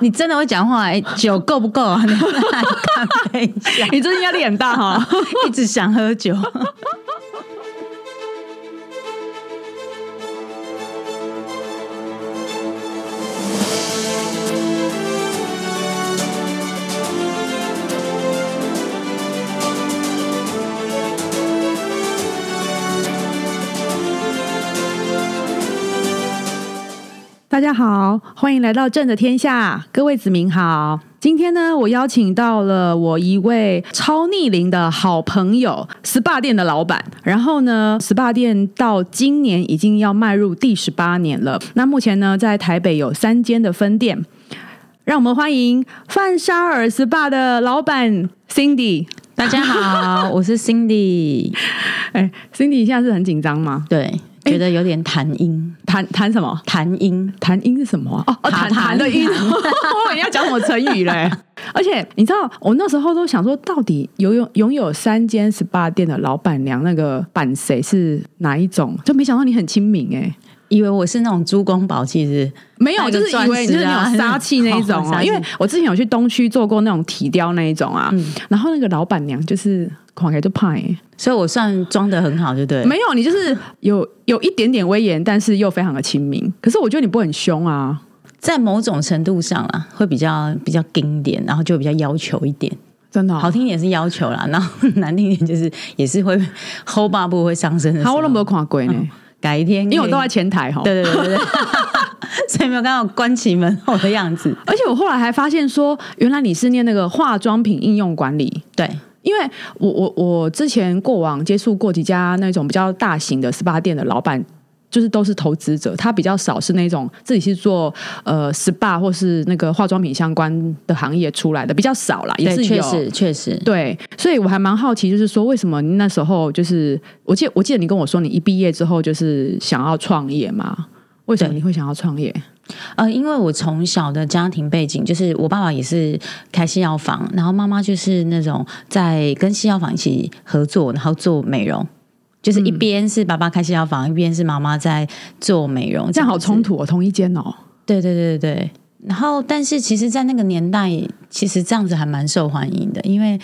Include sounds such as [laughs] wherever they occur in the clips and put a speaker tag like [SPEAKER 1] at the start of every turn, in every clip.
[SPEAKER 1] 你真的会讲话、哎，酒够不够啊？你来干杯一下，
[SPEAKER 2] 你最近压力很大哈、
[SPEAKER 1] [laughs] 一直想喝酒。
[SPEAKER 2] 大家好，欢迎来到朕的天下，各位子民好。今天呢，我邀请到了我一位超逆龄的好朋友，SPA 店的老板。然后呢，SPA 店到今年已经要迈入第十八年了。那目前呢，在台北有三间的分店。让我们欢迎范沙尔 SPA 的老板 Cindy。
[SPEAKER 1] 大家好，我是 Cindy。
[SPEAKER 2] 哎，Cindy 现在是很紧张吗？
[SPEAKER 1] 对，觉得有点痰音，
[SPEAKER 2] 谈谈什么？
[SPEAKER 1] 痰音。
[SPEAKER 2] 弹音是什么、啊？哦，哦，
[SPEAKER 1] 弹
[SPEAKER 2] 弹弹 [laughs] 的音，我以为你要讲什么成语嘞？ [laughs] 而且你知道，我那时候都想说，到底拥有拥有三间 SPA 店的老板娘，那个版谁是哪一种？就没想到你很亲民哎、
[SPEAKER 1] 以为我是那种珠光宝气是
[SPEAKER 2] 没有，啊
[SPEAKER 1] 那
[SPEAKER 2] 就
[SPEAKER 1] 个
[SPEAKER 2] 是以为你就是那种杀气那一种
[SPEAKER 1] 钻石啊
[SPEAKER 2] [laughs] 啊。因为我之前有去东区做过那种体雕那一种啊，然后那个老板娘就是狂给就派、欸，
[SPEAKER 1] 所以我算装的很好，对不对？
[SPEAKER 2] 没有你就是有有一点点威严，但是又非常的亲民。可是我觉得你不会很凶啊。
[SPEAKER 1] 在某种程度上啊，会比较比较经典，然后就比较要求一点。
[SPEAKER 2] 真的、哦，
[SPEAKER 1] 好听一点是要求啦，然后难听一点就是也是会 hold 把不会上升的时候。
[SPEAKER 2] 好，我那么多看过呢，
[SPEAKER 1] 改天可以，
[SPEAKER 2] 因为我都在前台哈。
[SPEAKER 1] 嗯对对对对
[SPEAKER 2] [laughs]
[SPEAKER 1] 对，所以没有看到我关起门后的样子。
[SPEAKER 2] 而且我后来还发现说，原来你是念那个化妆品应用管理。
[SPEAKER 1] 对，
[SPEAKER 2] 因为我我我之前过往接触过几家那种比较大型的 SPA 店的老板，就是都是投资者，他比较少是那种自己去做呃 SPA 或是那个化妆品相关的行业出来的，比较少啦，也
[SPEAKER 1] 对，
[SPEAKER 2] 是
[SPEAKER 1] 确
[SPEAKER 2] 有
[SPEAKER 1] 实确实，
[SPEAKER 2] 对，所以我还蛮好奇，就是说为什么那时候就是我记得我记得你跟我说你一毕业之后就是想要创业嘛？为什么
[SPEAKER 1] 对
[SPEAKER 2] 你会想要创业？
[SPEAKER 1] 呃，因为我从小的家庭背景，就是我爸爸也是开西药房，然后妈妈就是那种在跟西药房一起合作，然后做美容。就是
[SPEAKER 2] 嗯
[SPEAKER 1] 一边是爸爸开西药房，一边是妈妈在做美容，
[SPEAKER 2] 这样好
[SPEAKER 1] 子
[SPEAKER 2] 冲突哦，同一间哦。
[SPEAKER 1] 对对对对对。然后，但是其实，在那个年代，其实这样子还蛮受欢迎的，因为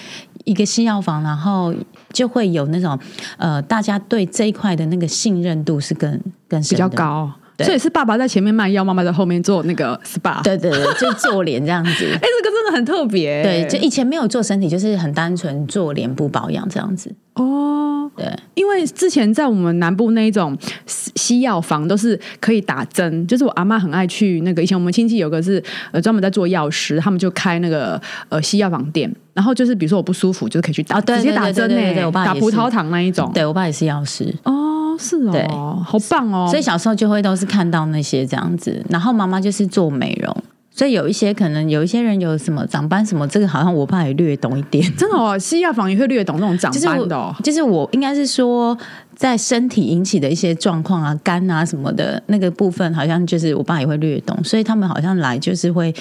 [SPEAKER 1] 一个西药房，然后就会有那种呃，大家对这一块的那个信任度是更更
[SPEAKER 2] 比
[SPEAKER 1] 深的
[SPEAKER 2] 较。高，
[SPEAKER 1] 对
[SPEAKER 2] 所以是爸爸在前面卖药，妈妈在后面做那个 SPA。，。
[SPEAKER 1] 对对对，就做脸这样子
[SPEAKER 2] [laughs] 哎，这个真的很特别。
[SPEAKER 1] 对，就以前没有做身体，就是很单纯做脸部保养这样子。
[SPEAKER 2] 哦，
[SPEAKER 1] 对，
[SPEAKER 2] 因为之前在我们南部那一种西西药房都是可以打针，就是我阿妈很爱去那个。以前我们亲戚有个是呃专门在做药师，他们就开那个呃西药房店，然后就是比如说我不舒服，就是可以去打，
[SPEAKER 1] 哦对
[SPEAKER 2] 直接打针
[SPEAKER 1] 对对对对对
[SPEAKER 2] 呢，
[SPEAKER 1] 我爸也
[SPEAKER 2] 打
[SPEAKER 1] 是
[SPEAKER 2] 葡萄糖那一种。
[SPEAKER 1] 对我爸也是药师，
[SPEAKER 2] 哦，是
[SPEAKER 1] 对
[SPEAKER 2] 哦，好棒哦。
[SPEAKER 1] 所以小时候就会都是看到那些这样子，然后妈妈就是做美容，所以有一些可能有一些人有什么长斑什么，这个好像我爸也略懂一点。
[SPEAKER 2] 真的哦，西药房也会略懂那种长
[SPEAKER 1] 就是
[SPEAKER 2] 斑的哦
[SPEAKER 1] 我，。就是我应该是说，在身体引起的一些状况啊、肝啊什么的那个部分，好像就是我爸也会略懂，所以他们好像来就是会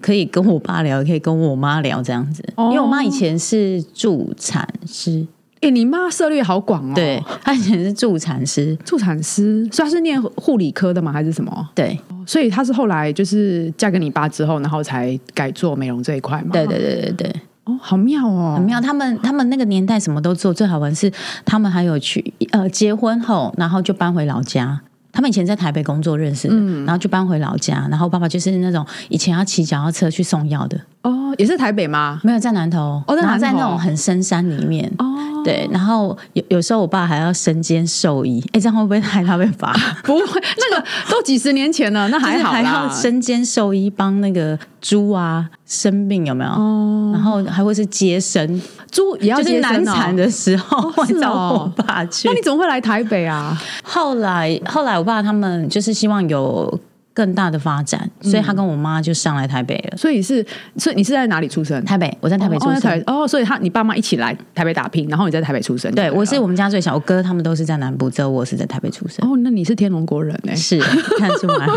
[SPEAKER 1] 可以跟我爸聊，也可以跟我妈聊这样子。
[SPEAKER 2] 哦
[SPEAKER 1] 因为我妈以前是助产师，
[SPEAKER 2] 哎，你妈涉猎好广哦。
[SPEAKER 1] 对，她以前是助产师，
[SPEAKER 2] 助产师，所以她是念护理科的吗？还是什么？
[SPEAKER 1] 对，
[SPEAKER 2] 所以她是后来就是嫁给你爸之后，然后才改做美容这一块嘛。
[SPEAKER 1] 对对对对对。
[SPEAKER 2] 哦，好妙哦，
[SPEAKER 1] 很妙，他们他们那个年代什么都做，最好玩是他们还有去呃结婚后，然后就搬回老家。他们以前在台北工作认识的，
[SPEAKER 2] 嗯
[SPEAKER 1] 然后就搬回老家。然后爸爸就是那种以前要骑脚踏车去送药的，
[SPEAKER 2] 哦，也是台
[SPEAKER 1] [laughs]
[SPEAKER 2] 北吗？
[SPEAKER 1] 没有在南头，
[SPEAKER 2] 哦在
[SPEAKER 1] 然后在
[SPEAKER 2] 南投
[SPEAKER 1] 那种很深山里面。
[SPEAKER 2] 哦，
[SPEAKER 1] 对，然后有有时候我爸还要身兼兽医，哎，这样会不会害他被罚？
[SPEAKER 2] 不会， [laughs] 那个都几十年前了，那啊还好
[SPEAKER 1] 还要
[SPEAKER 2] 啦。
[SPEAKER 1] 身兼兽医帮那个猪啊生病有没有？
[SPEAKER 2] 哦，
[SPEAKER 1] 然后还会是接生，
[SPEAKER 2] 猪也要
[SPEAKER 1] 就是
[SPEAKER 2] 接生
[SPEAKER 1] 难
[SPEAKER 2] 哦
[SPEAKER 1] 产。的时候 [laughs]
[SPEAKER 2] 哦
[SPEAKER 1] 会
[SPEAKER 2] 是
[SPEAKER 1] 找我
[SPEAKER 2] 哦
[SPEAKER 1] 爸去。
[SPEAKER 2] 那你怎么会来台北啊？
[SPEAKER 1] 后来，后来我爸他们就是希望有更大的发展，所以他跟我妈就上来台北了。
[SPEAKER 2] 所以是，所以你是在哪里出生？
[SPEAKER 1] 台北，我在台北出
[SPEAKER 2] 哦在
[SPEAKER 1] 生。
[SPEAKER 2] 台哦，所以他你爸妈一起来台北打拼，然后你在台北出生。
[SPEAKER 1] 对，我是
[SPEAKER 2] 哦，
[SPEAKER 1] 我们家最小，我哥他们都是在南部，只有我是在台北出生。
[SPEAKER 2] 那你是天龙国人
[SPEAKER 1] [laughs]
[SPEAKER 2] 哎、
[SPEAKER 1] 是看出 [laughs] 来，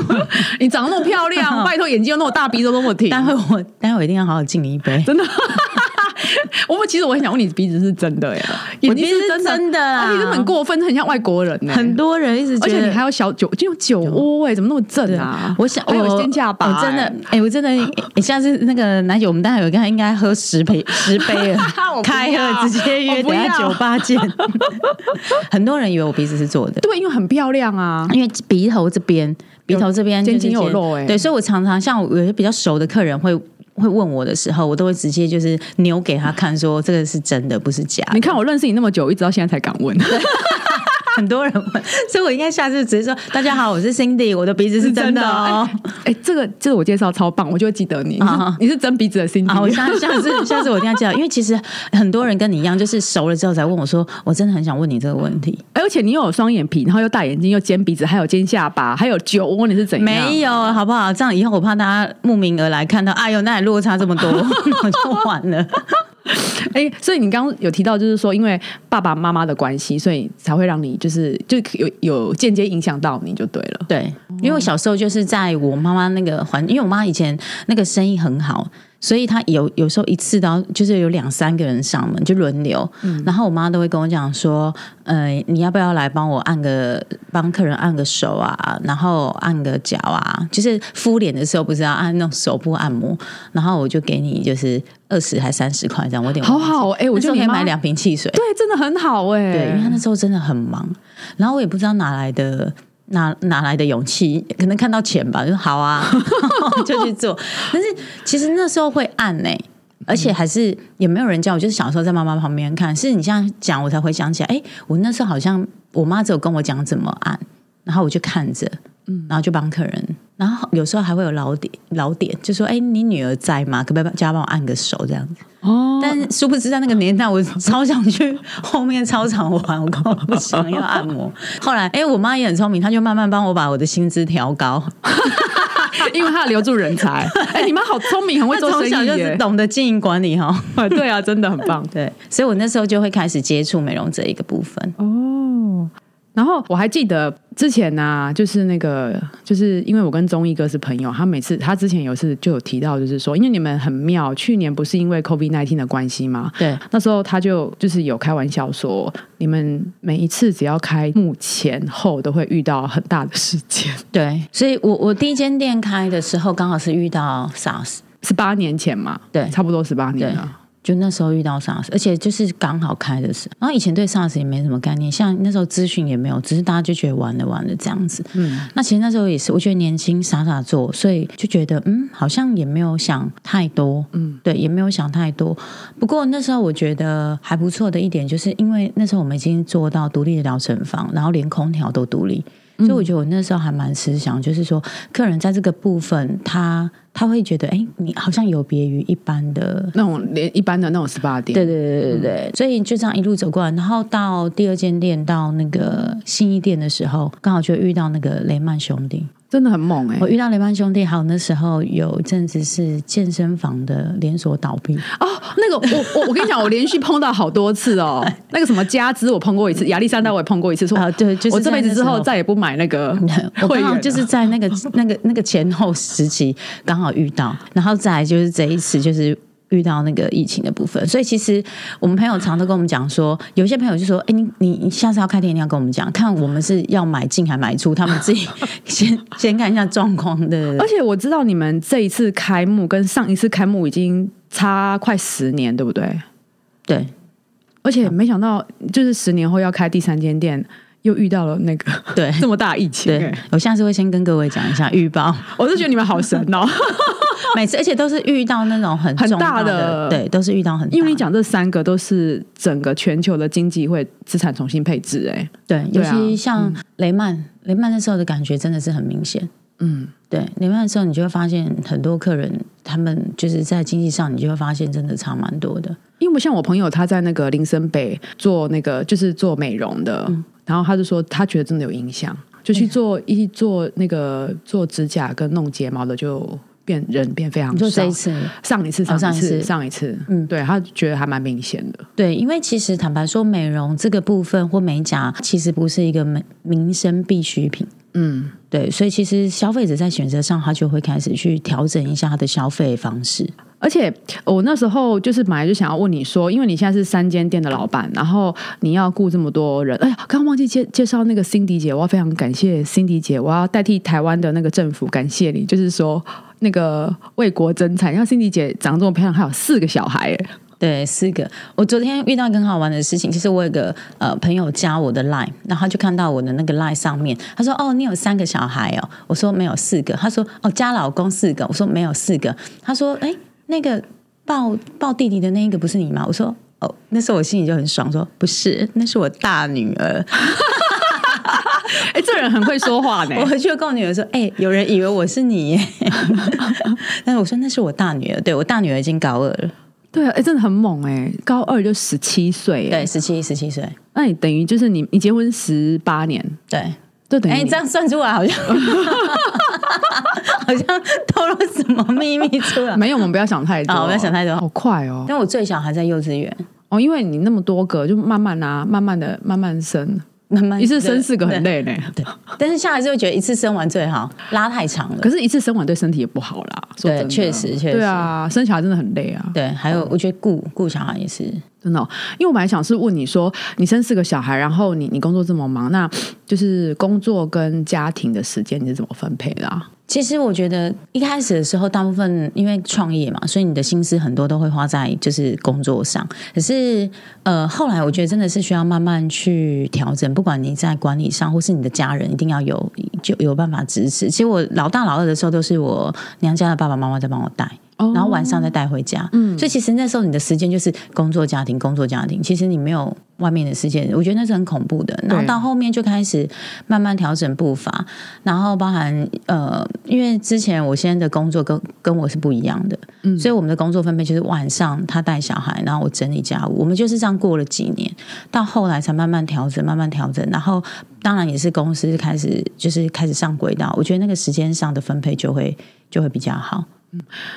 [SPEAKER 2] 你长得那么漂
[SPEAKER 1] [laughs]
[SPEAKER 2] 亮，拜托眼睛又那么大，鼻子又那么挺，
[SPEAKER 1] 待会我待会我一定要好好敬你一杯。
[SPEAKER 2] 真的。我我其实我很想问你，鼻子是真的耶？
[SPEAKER 1] 我
[SPEAKER 2] 眼
[SPEAKER 1] 鼻
[SPEAKER 2] 睛
[SPEAKER 1] 子是
[SPEAKER 2] 真的，
[SPEAKER 1] 真的啦
[SPEAKER 2] 啊你真的很过分，很像外国人呢。
[SPEAKER 1] 很多人一直觉
[SPEAKER 2] 而
[SPEAKER 1] 得，
[SPEAKER 2] 且你还有小酒，就有酒窝哎，怎么那么正啊？
[SPEAKER 1] 我想，
[SPEAKER 2] 还有
[SPEAKER 1] 我
[SPEAKER 2] 尖下巴，
[SPEAKER 1] 我真的
[SPEAKER 2] 哎，
[SPEAKER 1] 哎、我真的，哎下次那个奶酒，我们大概有一个应该喝十
[SPEAKER 2] [laughs]
[SPEAKER 1] 杯，十杯了
[SPEAKER 2] 我，不要
[SPEAKER 1] 开喝直接约，
[SPEAKER 2] 我
[SPEAKER 1] 等
[SPEAKER 2] 不
[SPEAKER 1] 一下
[SPEAKER 2] 要
[SPEAKER 1] 酒吧
[SPEAKER 2] [laughs]
[SPEAKER 1] 见。很多人以为我鼻子是做的，
[SPEAKER 2] 对，因为很漂亮啊。
[SPEAKER 1] [laughs] 因为鼻头这边，鼻头这边就是
[SPEAKER 2] 尖尖有肉欸
[SPEAKER 1] 对，所以我常常像我有些比较熟的客人会会问我的时候，我都会直接就是扭给他看，说这个是真的，不是假的。
[SPEAKER 2] 你看我认识你那么久，一直到现在才敢问，
[SPEAKER 1] 很多人问， [laughs] 所以我应该下次直接说：“大家好，我是 Cindy，我的鼻子是 [laughs] 真的哦。
[SPEAKER 2] 哎。 [laughs] 哎，这个这个我介绍超棒，我就会记得你。你是
[SPEAKER 1] 啊
[SPEAKER 2] 你是真鼻子的心
[SPEAKER 1] 啊，我
[SPEAKER 2] y
[SPEAKER 1] 下下 [laughs] 次下次我一定要记得，因为其实很多人跟你一样，就是熟了之后才问我说，我真的很想问你这个问题。
[SPEAKER 2] 而且你又有双眼皮，然后又大眼睛，又尖鼻子，还有尖下巴，还有酒窝，你是怎样？
[SPEAKER 1] 没有，好不好？这样以后我怕大家慕名而来，看到，哎呦，那里落差这么多， [laughs] 我就完了。
[SPEAKER 2] 哎、所以你刚刚有提到，就是说因为爸爸妈妈的关系，所以才会让你就是就有有间接影响到你就对了。
[SPEAKER 1] 对，因为我小时候就是在我妈妈那个环，因为我妈以前那个生意很好，所以她有有时候一次都要就是有两三个人上门就轮流，
[SPEAKER 2] 嗯
[SPEAKER 1] 然后我妈都会跟我讲说，呃，你要不要来帮我按个帮客人按个手啊，然后按个脚啊，就是敷脸的时候不是要按那种手部按摩，然后我就给你就是二十还三十块这样，我有点
[SPEAKER 2] 好
[SPEAKER 1] 忘记
[SPEAKER 2] 好哎、我
[SPEAKER 1] 那
[SPEAKER 2] 觉
[SPEAKER 1] 时
[SPEAKER 2] 得
[SPEAKER 1] 候
[SPEAKER 2] 你
[SPEAKER 1] 可以
[SPEAKER 2] 妈
[SPEAKER 1] 买，两瓶汽水。
[SPEAKER 2] 对，真的很好哎、
[SPEAKER 1] 对，因为他那时候真的很忙，然后我也不知道哪来的哪哪来的勇气，可能看到钱吧，就说好啊， [laughs] 就去做。但是其实那时候会按呢、而且还是也没有人教我，就是小时候在妈妈旁边看。是你这样讲，我才回想起来，哎、我那时候好像我妈只有跟我讲怎么按，然后我就看着，然后就帮客人。然后有时候还会有老点老点，就说：“哎，你女儿在吗？可不可以帮家帮我按个手这样子？”
[SPEAKER 2] 哦，
[SPEAKER 1] 但殊不知，在那个年代，我超想去后面操场玩，我根本不想要按摩。后来，哎、我妈也很聪明，她就慢慢帮我把我的薪资调高。
[SPEAKER 2] 因为他留住人才。 [laughs] 哎、你妈好聪明，很会
[SPEAKER 1] 她
[SPEAKER 2] 做
[SPEAKER 1] 从
[SPEAKER 2] 生
[SPEAKER 1] 小
[SPEAKER 2] 意
[SPEAKER 1] 就
[SPEAKER 2] 耶
[SPEAKER 1] 是、懂得经营管理哈。
[SPEAKER 2] 哎对啊，真的很棒。
[SPEAKER 1] [laughs] 对，所以我那时候就会开始接触美容这一个部分。
[SPEAKER 2] 哦，然后我还记得之前呢、就是那个，就是因为我跟中医哥是朋友，他每次他之前有一次就有提到，就是说，因为你们很妙，去年不是因为 COVID nineteen 的关系吗？
[SPEAKER 1] 对，
[SPEAKER 2] 那时候他就就是有开玩笑说，你们每一次只要开幕前后都会遇到很大的事件。 [laughs]
[SPEAKER 1] 对，所以我我第一间店开的时候，刚好是遇到 SARS，
[SPEAKER 2] 十八年前嘛，
[SPEAKER 1] 对
[SPEAKER 2] 差不多十八年了。
[SPEAKER 1] 就那时候遇到 SARS，而且就是刚好开的时候。然后以前对 SARS 也没什么概念，像那时候资讯也没有，只是大家就觉得玩了玩了这样子。
[SPEAKER 2] 嗯，
[SPEAKER 1] 那其实那时候也是，我觉得年轻傻傻做，所以就觉得嗯，好像也没有想太多，
[SPEAKER 2] 嗯，
[SPEAKER 1] 对，也没有想太多。不过那时候我觉得还不错的一点，就是因为那时候我们已经做到独立的疗程房，然后连空调都独立，
[SPEAKER 2] 嗯
[SPEAKER 1] 所以我觉得我那时候还蛮思想，就是说客人在这个部分，他他会觉得哎，你好像有别于一般的
[SPEAKER 2] 那种连一般的那种十八店，
[SPEAKER 1] 对对对对
[SPEAKER 2] 嗯
[SPEAKER 1] 对，所以就这样一路走过来，然后到第二间店到那个信义店的时候，刚好就遇到那个雷曼兄弟。
[SPEAKER 2] 真的很猛哎、
[SPEAKER 1] 我遇到雷曼兄弟，还有那时候有一阵子是健身房的连锁倒闭，
[SPEAKER 2] 哦，那个我我我跟你讲，我连续碰到好多
[SPEAKER 1] [laughs]
[SPEAKER 2] 次哦。那个什么加芝我碰过一次，亚历山大我也碰过一次，说
[SPEAKER 1] 啊对就是
[SPEAKER 2] 哦我这辈子之
[SPEAKER 1] 在那时
[SPEAKER 2] 后
[SPEAKER 1] 候
[SPEAKER 2] 再也不买
[SPEAKER 1] [laughs]
[SPEAKER 2] 那个
[SPEAKER 1] 我
[SPEAKER 2] 会
[SPEAKER 1] 刚
[SPEAKER 2] 员啊
[SPEAKER 1] 好
[SPEAKER 2] 了，
[SPEAKER 1] 就是在那个那个那个前后时期刚好遇到，然后再来就是这一次就是。遇到那个疫情的部分，所以其实我们朋友常都跟我们讲说，有一些朋友就说：“哎、你你你下次要开店，一定要跟我们讲，看我们是要买进还买出，他们自
[SPEAKER 2] [laughs]
[SPEAKER 1] 己先先看一下状况。”对对对
[SPEAKER 2] 而且我知道你们这一次开幕跟上一次开幕已经差快十年，对不对？
[SPEAKER 1] 对，
[SPEAKER 2] 而且没想到，就是十年后要开第三间店，又遇到了那个
[SPEAKER 1] 对
[SPEAKER 2] [laughs] 这么大疫情、
[SPEAKER 1] 对
[SPEAKER 2] 哎，
[SPEAKER 1] 我下次会先跟各位讲一下预报。
[SPEAKER 2] 我就觉得你们好神
[SPEAKER 1] [laughs]
[SPEAKER 2] 哦。
[SPEAKER 1] 每次，而且都是遇到那种很
[SPEAKER 2] 很
[SPEAKER 1] 重大
[SPEAKER 2] 大的
[SPEAKER 1] 对，都是遇到很大的，
[SPEAKER 2] 因为你讲这三个都是整个全球的经济会资产重新配置、哎，
[SPEAKER 1] 对，
[SPEAKER 2] 对
[SPEAKER 1] 尤
[SPEAKER 2] 啊
[SPEAKER 1] 其像雷曼，雷曼那时候的感觉真的是很明显。
[SPEAKER 2] 嗯，
[SPEAKER 1] 对，雷曼的时候，你就会发现很多客人，他们就是在经济上，你就会发现真的差蛮多的。
[SPEAKER 2] 因为像我朋友他在那个林森北做那个就是做美容的，
[SPEAKER 1] 嗯
[SPEAKER 2] 然后他就说他觉得真的有影响，就去做一做那个做指甲跟弄睫毛的就变人变非常
[SPEAKER 1] 你说
[SPEAKER 2] 少
[SPEAKER 1] 这一。次，
[SPEAKER 2] 上一次，
[SPEAKER 1] 哦
[SPEAKER 2] 上
[SPEAKER 1] 上一
[SPEAKER 2] 一次，
[SPEAKER 1] 次
[SPEAKER 2] 上一次，嗯，
[SPEAKER 1] 嗯
[SPEAKER 2] 对他觉得还蛮明显的，
[SPEAKER 1] 对，因为其实坦白说，美容这个部分或美甲其实不是一个民民生必需品。
[SPEAKER 2] 嗯，
[SPEAKER 1] 对，所以其实消费者在选择上，他就会开始去调整一下他的消费方式。
[SPEAKER 2] 而且我那时候就是本来就想要问你说，因为你现在是三间店的老板，然后你要雇这么多人，哎呀，刚刚忘记介介绍那个 Cindy 姐，我要非常感谢 Cindy 姐，我要代替台湾的那个政府感谢你，就是说那个为国增产，像 Cindy 姐长这么漂亮，还有四个小孩耶，
[SPEAKER 1] 对，四个。我昨天遇到一个很好玩的事情，就是我有个呃朋友加我的 line，然后他就看到我的那个 line 上面，他说：“哦，你有三个小孩哦。”我说：“没有四个。”他说：“哦，加老公四个。”我说：“没有四个。”他说：“哎，那个抱抱弟弟的那一个不是你吗？”我说：“哦，那时候我心里就很爽，说不是，那是我大女儿。”。
[SPEAKER 2] [laughs] 哎，这人很会说话呢
[SPEAKER 1] 我回去就跟我女儿说：“哎、有人以为我是你耶。” [laughs] 但是我说那是我大女儿，对我大女儿已经高二了，
[SPEAKER 2] 对啊，哎，真的很猛哎，高二就十七岁，
[SPEAKER 1] 对，，十七十七岁，
[SPEAKER 2] 那你等于就是你你结婚十八年，
[SPEAKER 1] 对。
[SPEAKER 2] 就等于
[SPEAKER 1] 哎、
[SPEAKER 2] 你
[SPEAKER 1] 这样算出来好像 [laughs] 好像透露什么秘密出来。
[SPEAKER 2] 没有，我哦们不要想太多，
[SPEAKER 1] 好不要想太多
[SPEAKER 2] 好快哦，
[SPEAKER 1] 但我最小还在幼稚园，
[SPEAKER 2] 哦，因为你那么多个，就慢慢啊，慢慢的慢慢生，
[SPEAKER 1] 慢慢
[SPEAKER 2] 一次生四个很。累呢。
[SPEAKER 1] 对，对但是下来就会觉得一次生完最好，拉太长了
[SPEAKER 2] 可。是，一次生完对身体也不好啦。说真的
[SPEAKER 1] 对确实确实
[SPEAKER 2] 对啊，生小孩真的很累啊，
[SPEAKER 1] 对，还有我觉得顾顾小孩也是，
[SPEAKER 2] 真的哦、因为我本来想是问你说，你生四个小孩，然后你你工作这么忙，那就是工作跟家庭的时间你是怎么分配的、啊？
[SPEAKER 1] 其实我觉得一开始的时候，大部分因为创业嘛，所以你的心思很多都会花在就是工作上。可是呃，后来我觉得真的是需要慢慢去调整，不管你在管理上，或是你的家人，一定要有就有办法支持。其实我老大老二的时候，都是我娘家的爸爸妈妈在帮我带。
[SPEAKER 2] 哦
[SPEAKER 1] 然后晚上再带回家，嗯，所以其实那时候你的时间就是工作、家庭、工作、家庭，其实你没有外面的时间，我觉得那是很恐怖的。然后
[SPEAKER 2] 对
[SPEAKER 1] 到后面就开始慢慢调整步伐，然后包含呃，因为之前我现在的工作跟跟我是不一样的，嗯，所以我们的工作分配就是晚上他带小孩，然后我整理家务，我们就是这样过了几年，到后来才慢慢调整，慢慢调整，然后当然也是公司开始就是开始上轨道，我觉得那个时间上的分配就会就会比较好。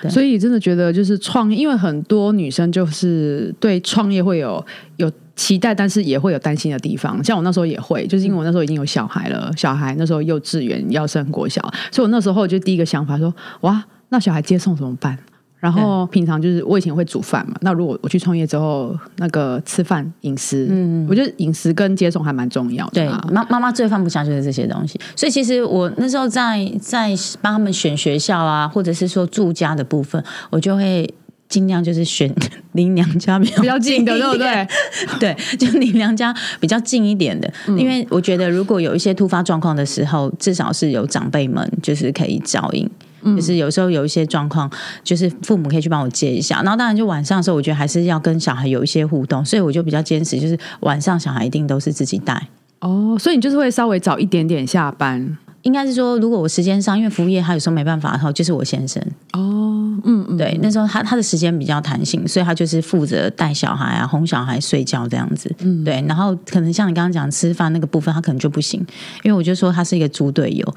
[SPEAKER 1] 对
[SPEAKER 2] 所以真的觉得就是创业，因为很多女生就是对创业会有有期待，但是也会有担心的地方。像我那时候也会，就是因为我那时候已经有小孩了，小孩那时候幼稚园要升国小，所以我那时候就第一个想法说，哇，那小孩接送怎么办？然后平常就是我以前会煮饭嘛，那如果我去创业之后，那个吃饭饮食，嗯，我觉得饮食跟接送还蛮重要
[SPEAKER 1] 对
[SPEAKER 2] 的、啊，。
[SPEAKER 1] 妈妈妈最放不下就是这些东西，所以其实我那时候在在帮他们选学校啊，或者是说住家的部分，我就会尽量就是选 [laughs] 离娘家比较
[SPEAKER 2] 比较近的，对不 [laughs] 对？
[SPEAKER 1] 对，就离娘家比较近一点的，
[SPEAKER 2] 嗯
[SPEAKER 1] 因为我觉得如果有一些突发状况的时候，至少是有长辈们就是可以照应。
[SPEAKER 2] 嗯
[SPEAKER 1] 就是有时候有一些状况，就是父母可以去帮我接一下，然后当然就晚上的时候，我觉得还是要跟小孩有一些互动，所以我就比较坚持，就是晚上小孩一定都是自己带。
[SPEAKER 2] 哦，所以你就是会稍微早一点点下班。
[SPEAKER 1] 应该是说，如果我时间上，因为服务业他有时候没办法，然后就是我先生，
[SPEAKER 2] 哦，嗯嗯，
[SPEAKER 1] 对，那时候他他的时间比较弹性，所以他就是负责带小孩啊、哄小孩睡觉这样子，嗯，对。然后可能像你刚刚讲吃饭那个部分，他可能就不行，因为我就说他是一个猪队友，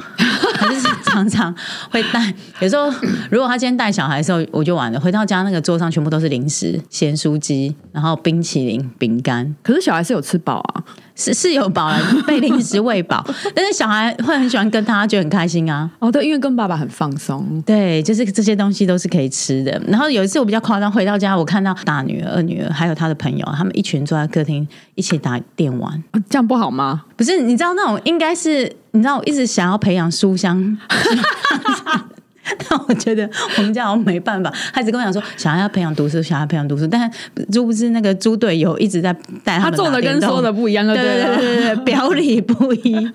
[SPEAKER 1] 他就是常常会带。有时候如果他今天带小孩的时候，我就完了，回到家那个桌上全部都是零食、咸酥鸡，然后冰淇淋、饼干，
[SPEAKER 2] 可是小孩是有吃饱啊。
[SPEAKER 1] 是是有饱了，被零食喂饱， [laughs] 但是小孩会很喜欢跟他，他觉得很开心啊。
[SPEAKER 2] 哦，对，因为跟爸爸很放松。
[SPEAKER 1] 对，就是这些东西都是可以吃的。然后有一次我比较夸张，回到家我看到大女儿、二女儿还有她的朋友，他们一群坐在客厅一起打电玩。
[SPEAKER 2] 啊这样不好吗？
[SPEAKER 1] 不是，你知道那种应该是，你知道我一直想要培养书香。 [laughs] 但我觉得我们家好像没办法，他一直跟我讲说小孩要培养读书，小孩培养读书，但殊不知那个猪队友一直在带
[SPEAKER 2] 他
[SPEAKER 1] 们
[SPEAKER 2] 做
[SPEAKER 1] 打
[SPEAKER 2] 的
[SPEAKER 1] 电
[SPEAKER 2] 跟
[SPEAKER 1] 动
[SPEAKER 2] 说的不一样，
[SPEAKER 1] 对
[SPEAKER 2] 对
[SPEAKER 1] 对
[SPEAKER 2] 对
[SPEAKER 1] 对
[SPEAKER 2] 对，
[SPEAKER 1] 对对，表里不
[SPEAKER 2] [laughs]
[SPEAKER 1] 一。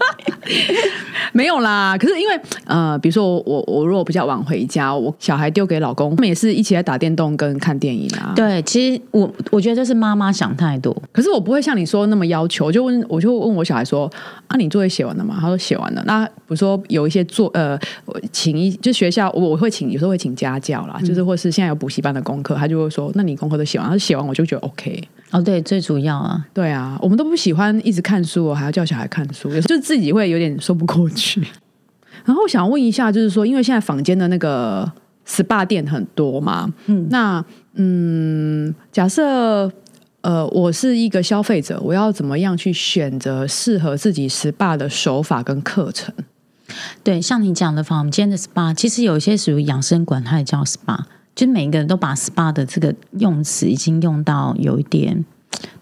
[SPEAKER 2] 没有啦。可是因为呃，比如说我我我如果比较晚回家，我小孩丢给老公，他们也是一起来打电动跟看电影啊。
[SPEAKER 1] 对，其实我我觉得就是妈妈想太多，
[SPEAKER 2] 可是我不会像你说那么要求，我就问我就问我小孩说啊，你作业写完了吗？他说写完了。那比如说有一些作呃，我请一就学校我我会请有时候会请家教
[SPEAKER 1] 嗯
[SPEAKER 2] 啦，就是或是现在有补习班的功课，他就会说那你功课都写完，他说写完我就觉得 OK。
[SPEAKER 1] 哦，对，最主要啊，
[SPEAKER 2] 对啊，我们都不喜欢一直看书哦，还要叫小孩看书，有时候就自己会有点说不过去。 [laughs] 然后我想问一下，就是说，因为现在坊间的那个 SPA 店很多嘛，嗯，那嗯，假设呃，我是一个消费者，我要怎么样去选择适合自己 SPA 的手法跟课程？
[SPEAKER 1] 对，像你讲的房，我们今天的 SPA 其实有一些属于养生馆，它也叫 SPA，就每一个人都把 SPA 的这个用词已经用到有一点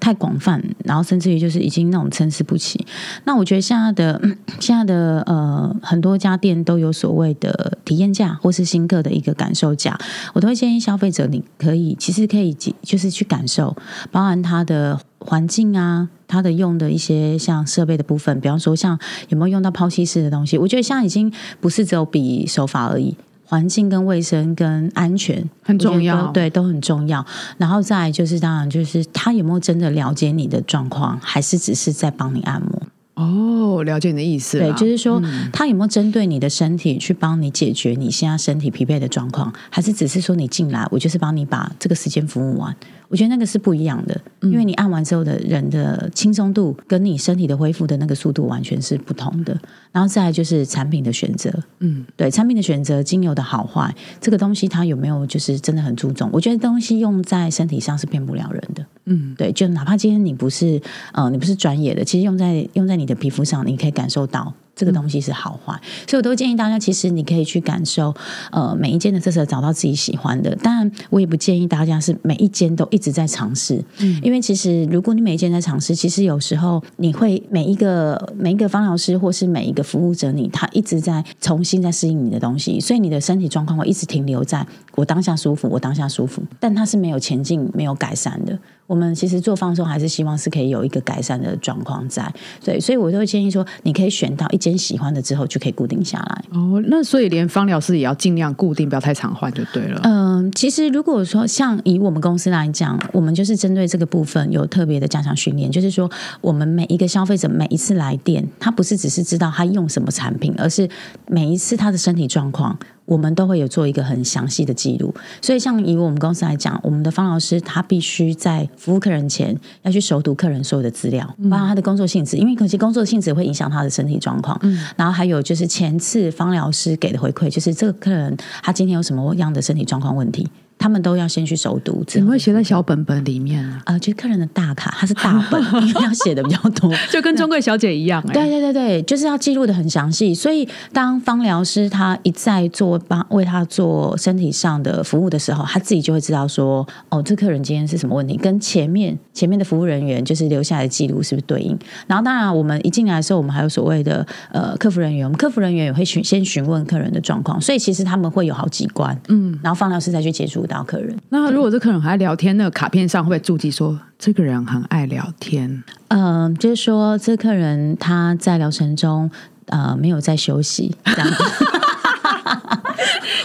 [SPEAKER 1] 太广泛，然后甚至于就是已经那种参差不齐。那我觉得现在的现在的呃很多家店都有所谓的体验价或是新客的一个感受价，我都会建议消费者你可以其实可以就是去感受，包含它的环境啊，它的用的一些像设备的部分，比方说像有没有用到抛弃式的东西，我觉得现在已经不是只有比手法而已。环境跟卫生跟安全
[SPEAKER 2] 很重要
[SPEAKER 1] 我觉得都对，都很重要。然后再来就是，当然就是他有没有真的了解你的状况，还是只是在帮你按摩？
[SPEAKER 2] 哦，了解你的意思啦。嗯
[SPEAKER 1] 对，就是说、他有没有针对你的身体去帮你解决你现在身体疲惫的状况，还是只是说你进来，我就是帮你把这个时间服务完？我觉得那个是不一样的，
[SPEAKER 2] 嗯
[SPEAKER 1] 因为你按完之后的人的轻松度跟你身体的恢复的那个速度完全是不同的。然后再来就是产品的选择，
[SPEAKER 2] 嗯，
[SPEAKER 1] 对，产品的选择、精油的好坏，这个东西它有没有就是真的很注重？我觉得东西用在身体上是骗不了人的。
[SPEAKER 2] 嗯，
[SPEAKER 1] 对，就哪怕今天你不是呃，你不是专业的，其实用在用在你的皮肤上，你可以感受到这个东西是好坏。所以我都建议大家，其实你可以去感受呃每一间的特色，找到自己喜欢的。当然，我也不建议大家是每一间都一直在尝试，嗯、因为其实如果你每一间在尝试，其实有时候你会每一个每一个芳疗师或是每一个服务者你，他一直在重新在适应你的东西，所以你的身体状况会一直停留在我当下舒服，我当下舒服，但它是没有前进、没有改善的。我们其实做放松还是希望是可以有一个改善的状况在，对，所以我都会建议说，你可以选到一间喜欢的之后就可以固定下来。
[SPEAKER 2] 哦，那所以连芳疗师也要尽量固定，不要太常换就对了。
[SPEAKER 1] 嗯，其实如果说像以我们公司来讲，我们就是针对这个部分有特别的加强训练，就是说我们每一个消费者每一次来电，他不是只是知道他用什么产品，而是每一次他的身体状况。我们都会有做一个很详细的记录，所以像以我们公司来讲，我们的方老师他必须在服务客人前要去熟读客人所有的资料，包括他的工作性质，因为可惜工作性质会影响他的身体状况。然后还有就是前次方疗师给的回馈，就是这个客人他今天有什么样的身体状况问题，他们都要先去熟读之
[SPEAKER 2] 你
[SPEAKER 1] 后。
[SPEAKER 2] 会写在小本本里面啊，
[SPEAKER 1] 啊、就是客人的大卡，他是大本，一定要写的比较多。
[SPEAKER 2] [laughs] 就跟中贵小姐一样、哎，
[SPEAKER 1] 对对对对，就是要记录的很详细。所以当芳疗师他一再做帮为他做身体上的服务的时候，他自己就会知道说，哦，这客人今天是什么问题，跟前面前面的服务人员就是留下来的记录是不是对应。然后当然我们一进来的时候，我们还有所谓的呃客服人员，我们客服人员也会询先询问客人的状况，所以其实他们会有好几关，嗯，然后芳疗师再去接触到客人。
[SPEAKER 2] 那如果这客人很爱聊天，那个卡片上会不会注记说这个人很爱聊天？
[SPEAKER 1] 嗯，就是说这客人他在疗程中呃没有在休息，这样子。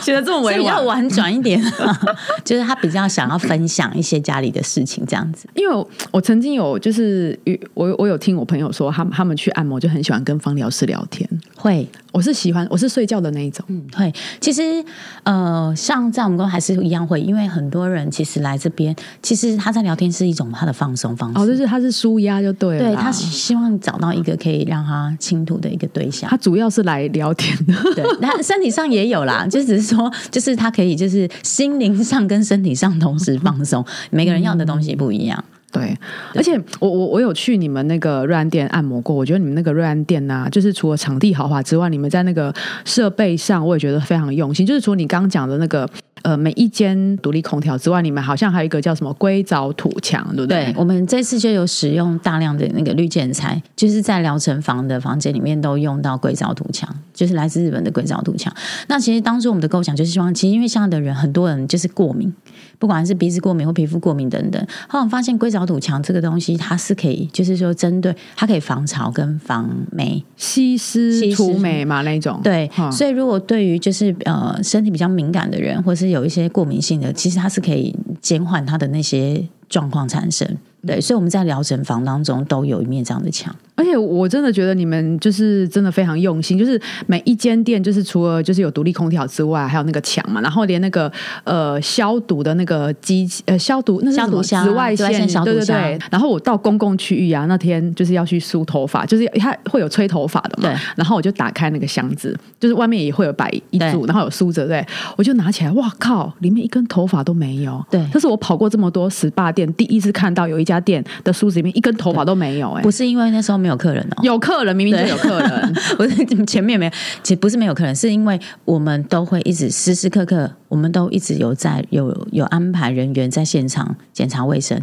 [SPEAKER 2] 写的这么
[SPEAKER 1] 所以比较婉转一点， [laughs] 就是他比较想要分享一些家里的事情这样子。
[SPEAKER 2] 因为我我曾经有就是与我我有听我朋友说，他们他们去按摩就很喜欢跟芳疗师聊天。
[SPEAKER 1] 会，
[SPEAKER 2] 我是喜欢，我是睡觉的那一种。
[SPEAKER 1] 嗯，会。其实，呃，像在我们公司还是一样会，因为很多人其实来这边，其实他在聊天是一种他的放松方式。
[SPEAKER 2] 哦，就是他是舒压就对啊了啦。
[SPEAKER 1] 对，他是希望找到一个可以让他倾吐的一个对
[SPEAKER 2] [laughs]
[SPEAKER 1] 象
[SPEAKER 2] 他。主要是来聊天的。
[SPEAKER 1] 对，那身体上也有啦，就只是说，就是他可以就是心灵上跟身体上同时放松，每个人要的东西不一样。
[SPEAKER 2] 对，而且我我我有去你们那个瑞安店按摩过，我觉得你们那个瑞安店呐、就是除了场地豪华之外，你们在那个设备上，我也觉得非常用心。就是除了你刚刚讲的那个呃每一间独立空调之外，你们好像还有一个叫什么硅藻土墙，对不对？
[SPEAKER 1] 对，我们这次就有使用大量的那个绿建材，就是在疗程房的房间里面都用到硅藻土墙，就是来自日本的硅藻土墙。那其实当初我们的构想就是希望，其实因为现在的人很多人就是过敏，不管是鼻子过敏或皮肤过敏等等，后来我们发现硅藻土墙这个东西，它是可以，就是说针对它可以防潮跟防霉。
[SPEAKER 2] 吸湿
[SPEAKER 1] 吸湿
[SPEAKER 2] 除霉嘛那一种。
[SPEAKER 1] 对，
[SPEAKER 2] 嗯
[SPEAKER 1] 所以如果对于就是呃身体比较敏感的人，或是有一些过敏性的，其实它是可以减缓它的那些状况产生。
[SPEAKER 2] 嗯
[SPEAKER 1] 对，所以我们在疗程房当中都有一面这样的墙。
[SPEAKER 2] 而且我真的觉得你们就是真的非常用心，就是每一间店就是除了就是有独立空调之外，还有那个墙嘛，然后连那个呃消毒的那个机器呃消毒那是什么
[SPEAKER 1] 消毒箱
[SPEAKER 2] 紫外
[SPEAKER 1] 紫外线消毒
[SPEAKER 2] 对对
[SPEAKER 1] 箱
[SPEAKER 2] 对。然后我到公共区域啊，那天就是要去梳头发，就是它会有吹头发的嘛
[SPEAKER 1] 对，
[SPEAKER 2] 然后我就打开那个箱子，就是外面也会有摆一
[SPEAKER 1] 对
[SPEAKER 2] 组，然后有梳着对，我就拿起来，哇靠，里面一根头发都没有。
[SPEAKER 1] 对
[SPEAKER 2] 这是我跑过这么多 SPA 店第一次看到有一家家店的梳子里面一根头发都没有、哎
[SPEAKER 1] 不，是因为那时候没有客人哦，
[SPEAKER 2] 有客人明明就有客人，
[SPEAKER 1] [laughs] 不是前面没有，其实不是没有客人，是因为我们都会一直时时刻刻，我们都一直有在有有安排人员在现场检查卫生，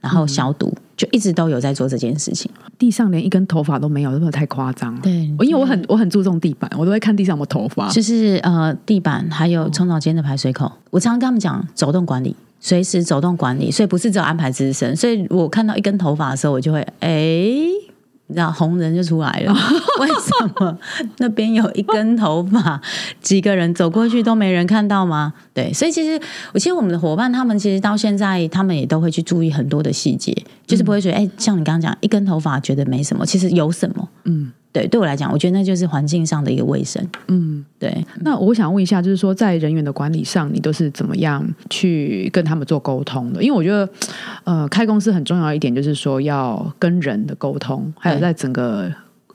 [SPEAKER 1] 然
[SPEAKER 2] 嗯
[SPEAKER 1] 后消毒，就一直都有在做这件事情。
[SPEAKER 2] [laughs] 地上连一根头发都没有，真的太夸张了。
[SPEAKER 1] 对
[SPEAKER 2] 因为我很我很注重地板，我都会看地上有没有头发。
[SPEAKER 1] 就是呃，地板还有冲澡间的排水口，我常常跟他们讲走动管理，随时走动管理，所以不是只有安排资深，所以我看到一根头发的时候，我就会哎。你知道红人就出来了，为什么那边有一根头发，几个人走过去都没人看到吗？对，所以其实我其实我们的伙伴他们其实到现在他们也都会去注意很多的细节，就是不会觉得哎、像你刚刚讲一根头发觉得没什么，其实有什么？
[SPEAKER 2] 嗯，
[SPEAKER 1] 对，对我来讲，我觉得那就是环境上的一个卫生。
[SPEAKER 2] 嗯，
[SPEAKER 1] 对，
[SPEAKER 2] 那我想问一下，就是说在人员的管理上，你都是怎么样去跟他们做沟通的？因为我觉得，呃，开公司很重要一点就是说要跟人的沟通，还有
[SPEAKER 1] 对
[SPEAKER 2] 在整个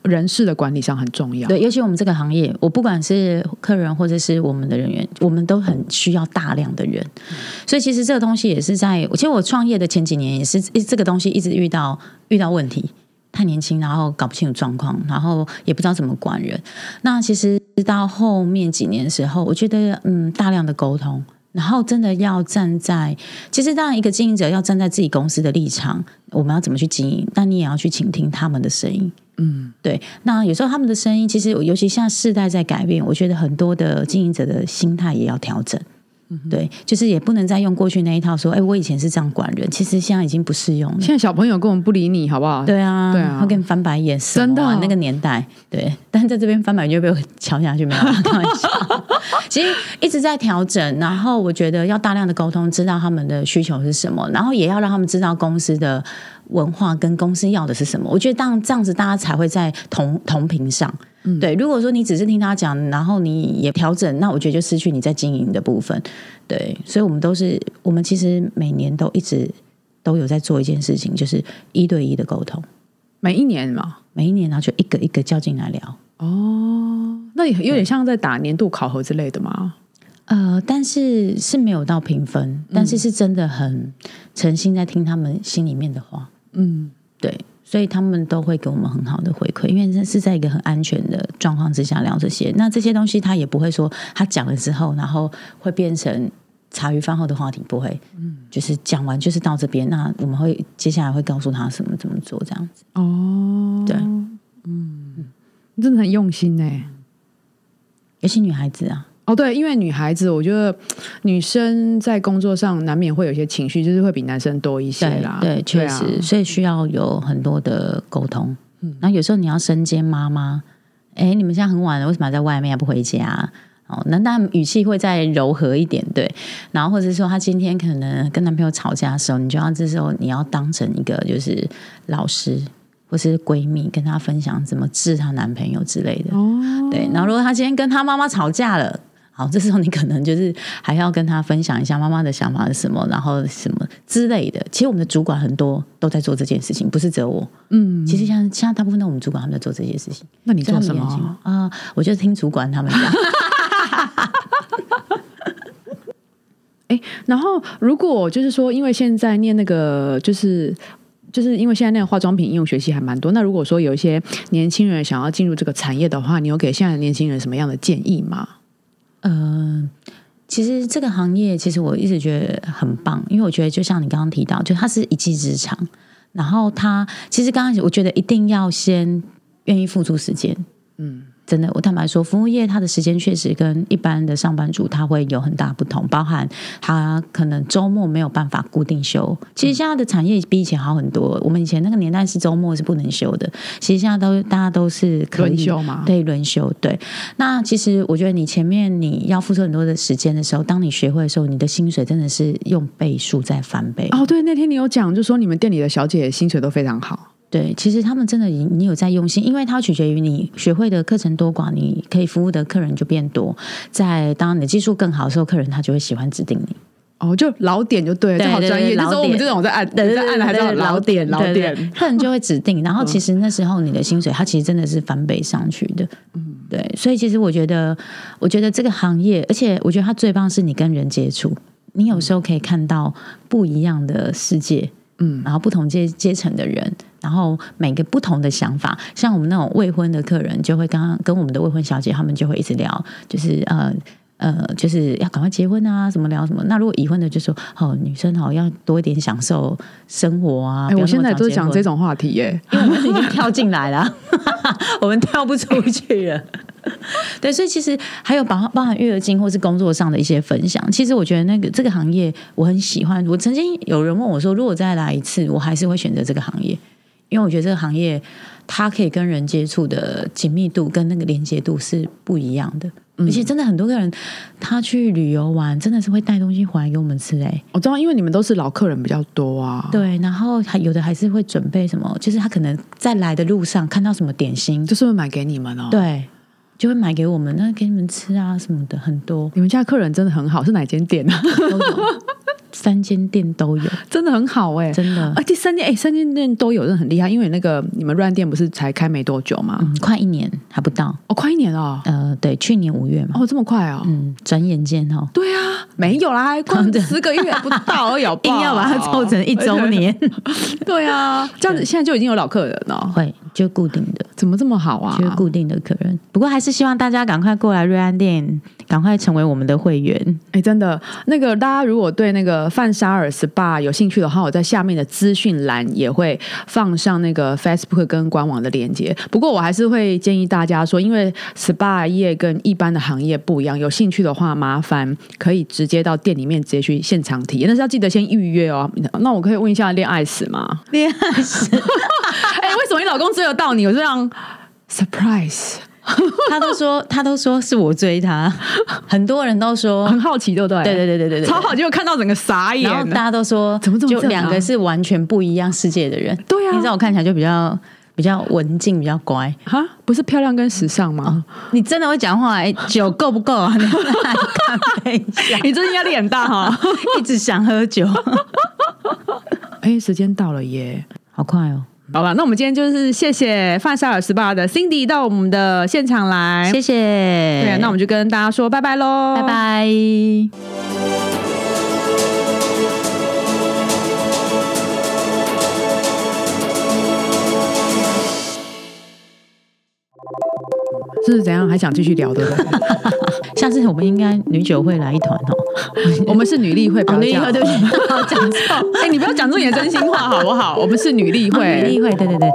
[SPEAKER 2] 人事的管理上很重要。
[SPEAKER 1] 对，尤其我们这个行业，我不管是客人或者是我们的人员，我们都很需要大量的人，所以其实这个东西也是在，其实我创业的前几年也是一这个东西一直遇到遇到问题。太年轻，然后搞不清楚状况，然后也不知道怎么管人。那其实到后面几年时候，我觉得嗯，大量的沟通，然后真的要站在，其实当然一个经营者要站在自己公司的立场，我们要怎么去经营，但你也要去倾听他们的声音。
[SPEAKER 2] 嗯
[SPEAKER 1] 对，那有时候他们的声音，其实尤其现在世代在改变，我觉得很多的经营者的心态也要调整。
[SPEAKER 2] 嗯
[SPEAKER 1] 对，就是也不能再用过去那一套说，哎、我以前是这样管人，其实现在已经不适用了。
[SPEAKER 2] 现在小朋友根本不理你，好不好？
[SPEAKER 1] 对啊，
[SPEAKER 2] 对啊
[SPEAKER 1] 会给你翻白眼，什么啊
[SPEAKER 2] 真的哦
[SPEAKER 1] 那个年代，对。但在这边翻白眼就被我敲下去，没有
[SPEAKER 2] [laughs]
[SPEAKER 1] 啦开玩笑。其实一直在调整，然后我觉得要大量的沟通，知道他们的需求是什么，然后也要让他们知道公司的文化跟公司要的是什么。我觉得当这样子，大家才会在同同频上。
[SPEAKER 2] 嗯
[SPEAKER 1] 对，如果说你只是听他讲，然后你也调整，那我觉得就失去你在经营的部分。对，所以我们都是，我们其实每年都一直都有在做一件事情，就是一对一的沟通。
[SPEAKER 2] 每一年嘛，
[SPEAKER 1] 每一年然后就一个一个叫进来聊。
[SPEAKER 2] 那也有点像在打年度考核之类的嘛。
[SPEAKER 1] 呃，但是是没有到评分，但是是真的很诚心在听他们心里面的话，
[SPEAKER 2] 嗯，
[SPEAKER 1] 对，所以他们都会给我们很好的回馈，因为这是在一个很安全的状况之下聊这些。那这些东西他也不会说他讲了之后，然后会变成茶余饭后的话题，不会，嗯，就是讲完就是到这边，那我们会接下来会告诉他什么怎么做这样子，
[SPEAKER 2] 哦，
[SPEAKER 1] 对，
[SPEAKER 2] 你真的很用心哎、
[SPEAKER 1] 尤其女孩子啊，
[SPEAKER 2] 哦，对，因为女孩子，我觉得女生在工作上难免会有一些情绪，就是会比男生多一些
[SPEAKER 1] 对
[SPEAKER 2] 啦。
[SPEAKER 1] 对，确
[SPEAKER 2] 啊
[SPEAKER 1] 实，所以需要有很多的沟通。嗯，然后有时候你要身兼妈妈，哎，你们现在很晚了，为什么还在外面还不回家？哦，那当然语气会再柔和一点，对。然后或者说她今天可能跟男朋友吵架的时候，你就要这时候你要当成一个就是老师或是闺蜜，跟她分享怎么治她男朋友之类的。
[SPEAKER 2] 哦，
[SPEAKER 1] 对，然后如果他今天跟他妈妈吵架了。好， [laughs] 这时候你可能就是还要跟他分享一下妈妈的想法是什么，然后什么之类的。其实我们的主管很多都在做这件事情，不是只有我。
[SPEAKER 2] 嗯，
[SPEAKER 1] 其实像现在大部分的我们主管他们在做这些事情。
[SPEAKER 2] 那你
[SPEAKER 1] 所以
[SPEAKER 2] 做
[SPEAKER 1] 他
[SPEAKER 2] 什
[SPEAKER 1] 们也很辛苦
[SPEAKER 2] 么？
[SPEAKER 1] 啊、我就听主管他们讲。
[SPEAKER 2] 哎，然后如果就是说，因为现在念那个就是。就是因为现在那个化妆品应用学习还蛮多，那如果说有一些年轻人想要进入这个产业的话，你有给现在的年轻人什么样的建议吗？
[SPEAKER 1] 嗯，其实这个行业，其实我一直觉得很棒，因为我觉得就像你刚刚提到，就它是一技之长，然后它其实刚开始我觉得一定要先愿意付出时间，
[SPEAKER 2] 嗯，
[SPEAKER 1] 真的，我坦白说，服务业它的时间确实跟一般的上班族它会有很大不同，包含它可能周末没有办法固定休。其实现在的产业比以前好很多，我们以前那个年代是周末是不能休的，其实现在都大家都是可以
[SPEAKER 2] 轮休吗？
[SPEAKER 1] 对，轮休。对，那其实我觉得你前面你要付出很多的时间的时候，当你学会的时候，你的薪水真的是用倍数在翻倍。
[SPEAKER 2] 哦，对，那天你有讲，就说你们店里的小姐薪水都非常好。
[SPEAKER 1] 对，其实他们真的你你有在用心，因为它取决于你学会的课程多寡，你可以服务的客人就变多。在当你的技术更好的时候，客人他就会喜欢指定你。
[SPEAKER 2] 哦，就老点就对了，
[SPEAKER 1] 对
[SPEAKER 2] 这好专业。
[SPEAKER 1] 对对对
[SPEAKER 2] 就是我们这种在按在按的还是要老点老
[SPEAKER 1] 对对
[SPEAKER 2] 点。嗯
[SPEAKER 1] 客人就会指定。然后其实那时候你的薪水，它其实真的是翻倍上去的。嗯，对，所以其实我觉得，我觉得这个行业，而且我觉得
[SPEAKER 2] 嗯
[SPEAKER 1] 它最棒是你跟人接触，你有时候可以看到不一样的世界。嗯，然后不同阶阶层的人，然后每个不同的想法，像我们那种未婚的客人，就会刚刚跟我们的未婚小姐，他们就会一直聊，就是呃。呃，就是要赶快结婚啊，怎么聊什么？那如果已婚的就说，哦，女生好要多一点享受生活啊。不
[SPEAKER 2] 哎、
[SPEAKER 1] 要
[SPEAKER 2] 我
[SPEAKER 1] 那
[SPEAKER 2] 现
[SPEAKER 1] 么
[SPEAKER 2] 在
[SPEAKER 1] 早
[SPEAKER 2] 都是
[SPEAKER 1] 结
[SPEAKER 2] 讲
[SPEAKER 1] 婚
[SPEAKER 2] 这种话题耶、
[SPEAKER 1] 因为我们已经跳进来 [laughs] 了，我们跳不出去了。对，所以其实还有包包含育儿经或是工作上的一些分享。其实我觉得那个这个行业我很喜欢。我曾经有人问我说，如果再来一次，我还是会选择这个行业，因为我觉得这个行业它可以跟人接触的紧密度跟那个连接度是不一样的。嗯而且真的很多个人，他去旅游玩，真的是会带东西回来给我们吃、欸，哎，
[SPEAKER 2] 我知道，哦啊因为你们都是老客人比较多啊，
[SPEAKER 1] 对，然后还有的还是会准备什么，就是他可能在来的路上看到什么点心，
[SPEAKER 2] 就是会买给你们哦。，
[SPEAKER 1] 对，就会买给我们，那给你们吃啊什么的，很多
[SPEAKER 2] 你们家客人真的很好，是哪间店啊？ [laughs]
[SPEAKER 1] 都有，三间店都有，
[SPEAKER 2] 真的很好哎、
[SPEAKER 1] 真的
[SPEAKER 2] 啊，，第三间哎、三间店都有，真的很厉害。因为那个你们乱店不是才开没多久吗？
[SPEAKER 1] 嗯，快一年还不到，
[SPEAKER 2] 哦，快一年了
[SPEAKER 1] 呃，对，去年五月嘛，
[SPEAKER 2] 哦，这么快哦。
[SPEAKER 1] 嗯，转眼间哦，
[SPEAKER 2] 对啊，没有啦，
[SPEAKER 1] [laughs]
[SPEAKER 2] 还光十个月不到而已好不
[SPEAKER 1] 硬
[SPEAKER 2] 好，
[SPEAKER 1] 要把它凑成一周。年，
[SPEAKER 2] [laughs] 对啊，这样子现在就已经有老客人了，
[SPEAKER 1] 会就固定的，
[SPEAKER 2] 怎么这么好啊？
[SPEAKER 1] 就是固定的客人。不过还是希望大家赶快过来瑞安店，赶快成为我们的会员。
[SPEAKER 2] 哎，真的，那个大家如果对那个范沙尔 SPA 有兴趣的话，我在下面的资讯栏也会放上那个 Facebook 跟官网的链接。不过我还是会建议大家说，因为 SPA 业跟一般的行业不一样，有兴趣的话，麻烦可以直接到店里面直接去现场体验，但是要记得先预约哦。那我可以问一下恋爱史吗？
[SPEAKER 1] [laughs] 恋爱史，
[SPEAKER 2] 哎，为什么你老公追得到你？我这样 surprise，
[SPEAKER 1] 他都说，他都说是我追他， [laughs] 很多人都说，
[SPEAKER 2] 很好奇，对不对？
[SPEAKER 1] 对对对对对对，
[SPEAKER 2] 超好奇，我看到整个傻眼。
[SPEAKER 1] 然后大家都说，
[SPEAKER 2] 怎么这么
[SPEAKER 1] 就
[SPEAKER 2] 正啊
[SPEAKER 1] 两个是完全不一样世界的人？
[SPEAKER 2] 对啊
[SPEAKER 1] 你知道我看起来就比较比较文静，比较乖。
[SPEAKER 2] 哈，不是漂亮跟时尚吗？
[SPEAKER 1] 你真的会讲话？哎，酒够不够啊？ [laughs] 你来干杯一下，
[SPEAKER 2] [laughs] 你最近压力很大哈。
[SPEAKER 1] 一直想喝酒，
[SPEAKER 2] 哎、时间到了耶。
[SPEAKER 1] 好快哦！
[SPEAKER 2] 好了，那我们今天就是谢谢范沙尔 SPA 的 Cindy 到我们的现场来。
[SPEAKER 1] 谢谢。
[SPEAKER 2] 对
[SPEAKER 1] 对
[SPEAKER 2] 啊，那我们就跟大家说拜拜喽，
[SPEAKER 1] 拜拜。
[SPEAKER 2] 是怎样？还想继续聊 [laughs] 的？
[SPEAKER 1] 下次我们应该女酒会来一团哦。
[SPEAKER 2] 我们是女力会，不
[SPEAKER 1] 哦，
[SPEAKER 2] 要
[SPEAKER 1] 女酒
[SPEAKER 2] 哦
[SPEAKER 1] 对
[SPEAKER 2] 讲。 [laughs]
[SPEAKER 1] 不起，讲错。
[SPEAKER 2] 哎、你不要讲出你的真心话好不好？我们是女力
[SPEAKER 1] 哦女
[SPEAKER 2] 会。
[SPEAKER 1] 力会，对对对。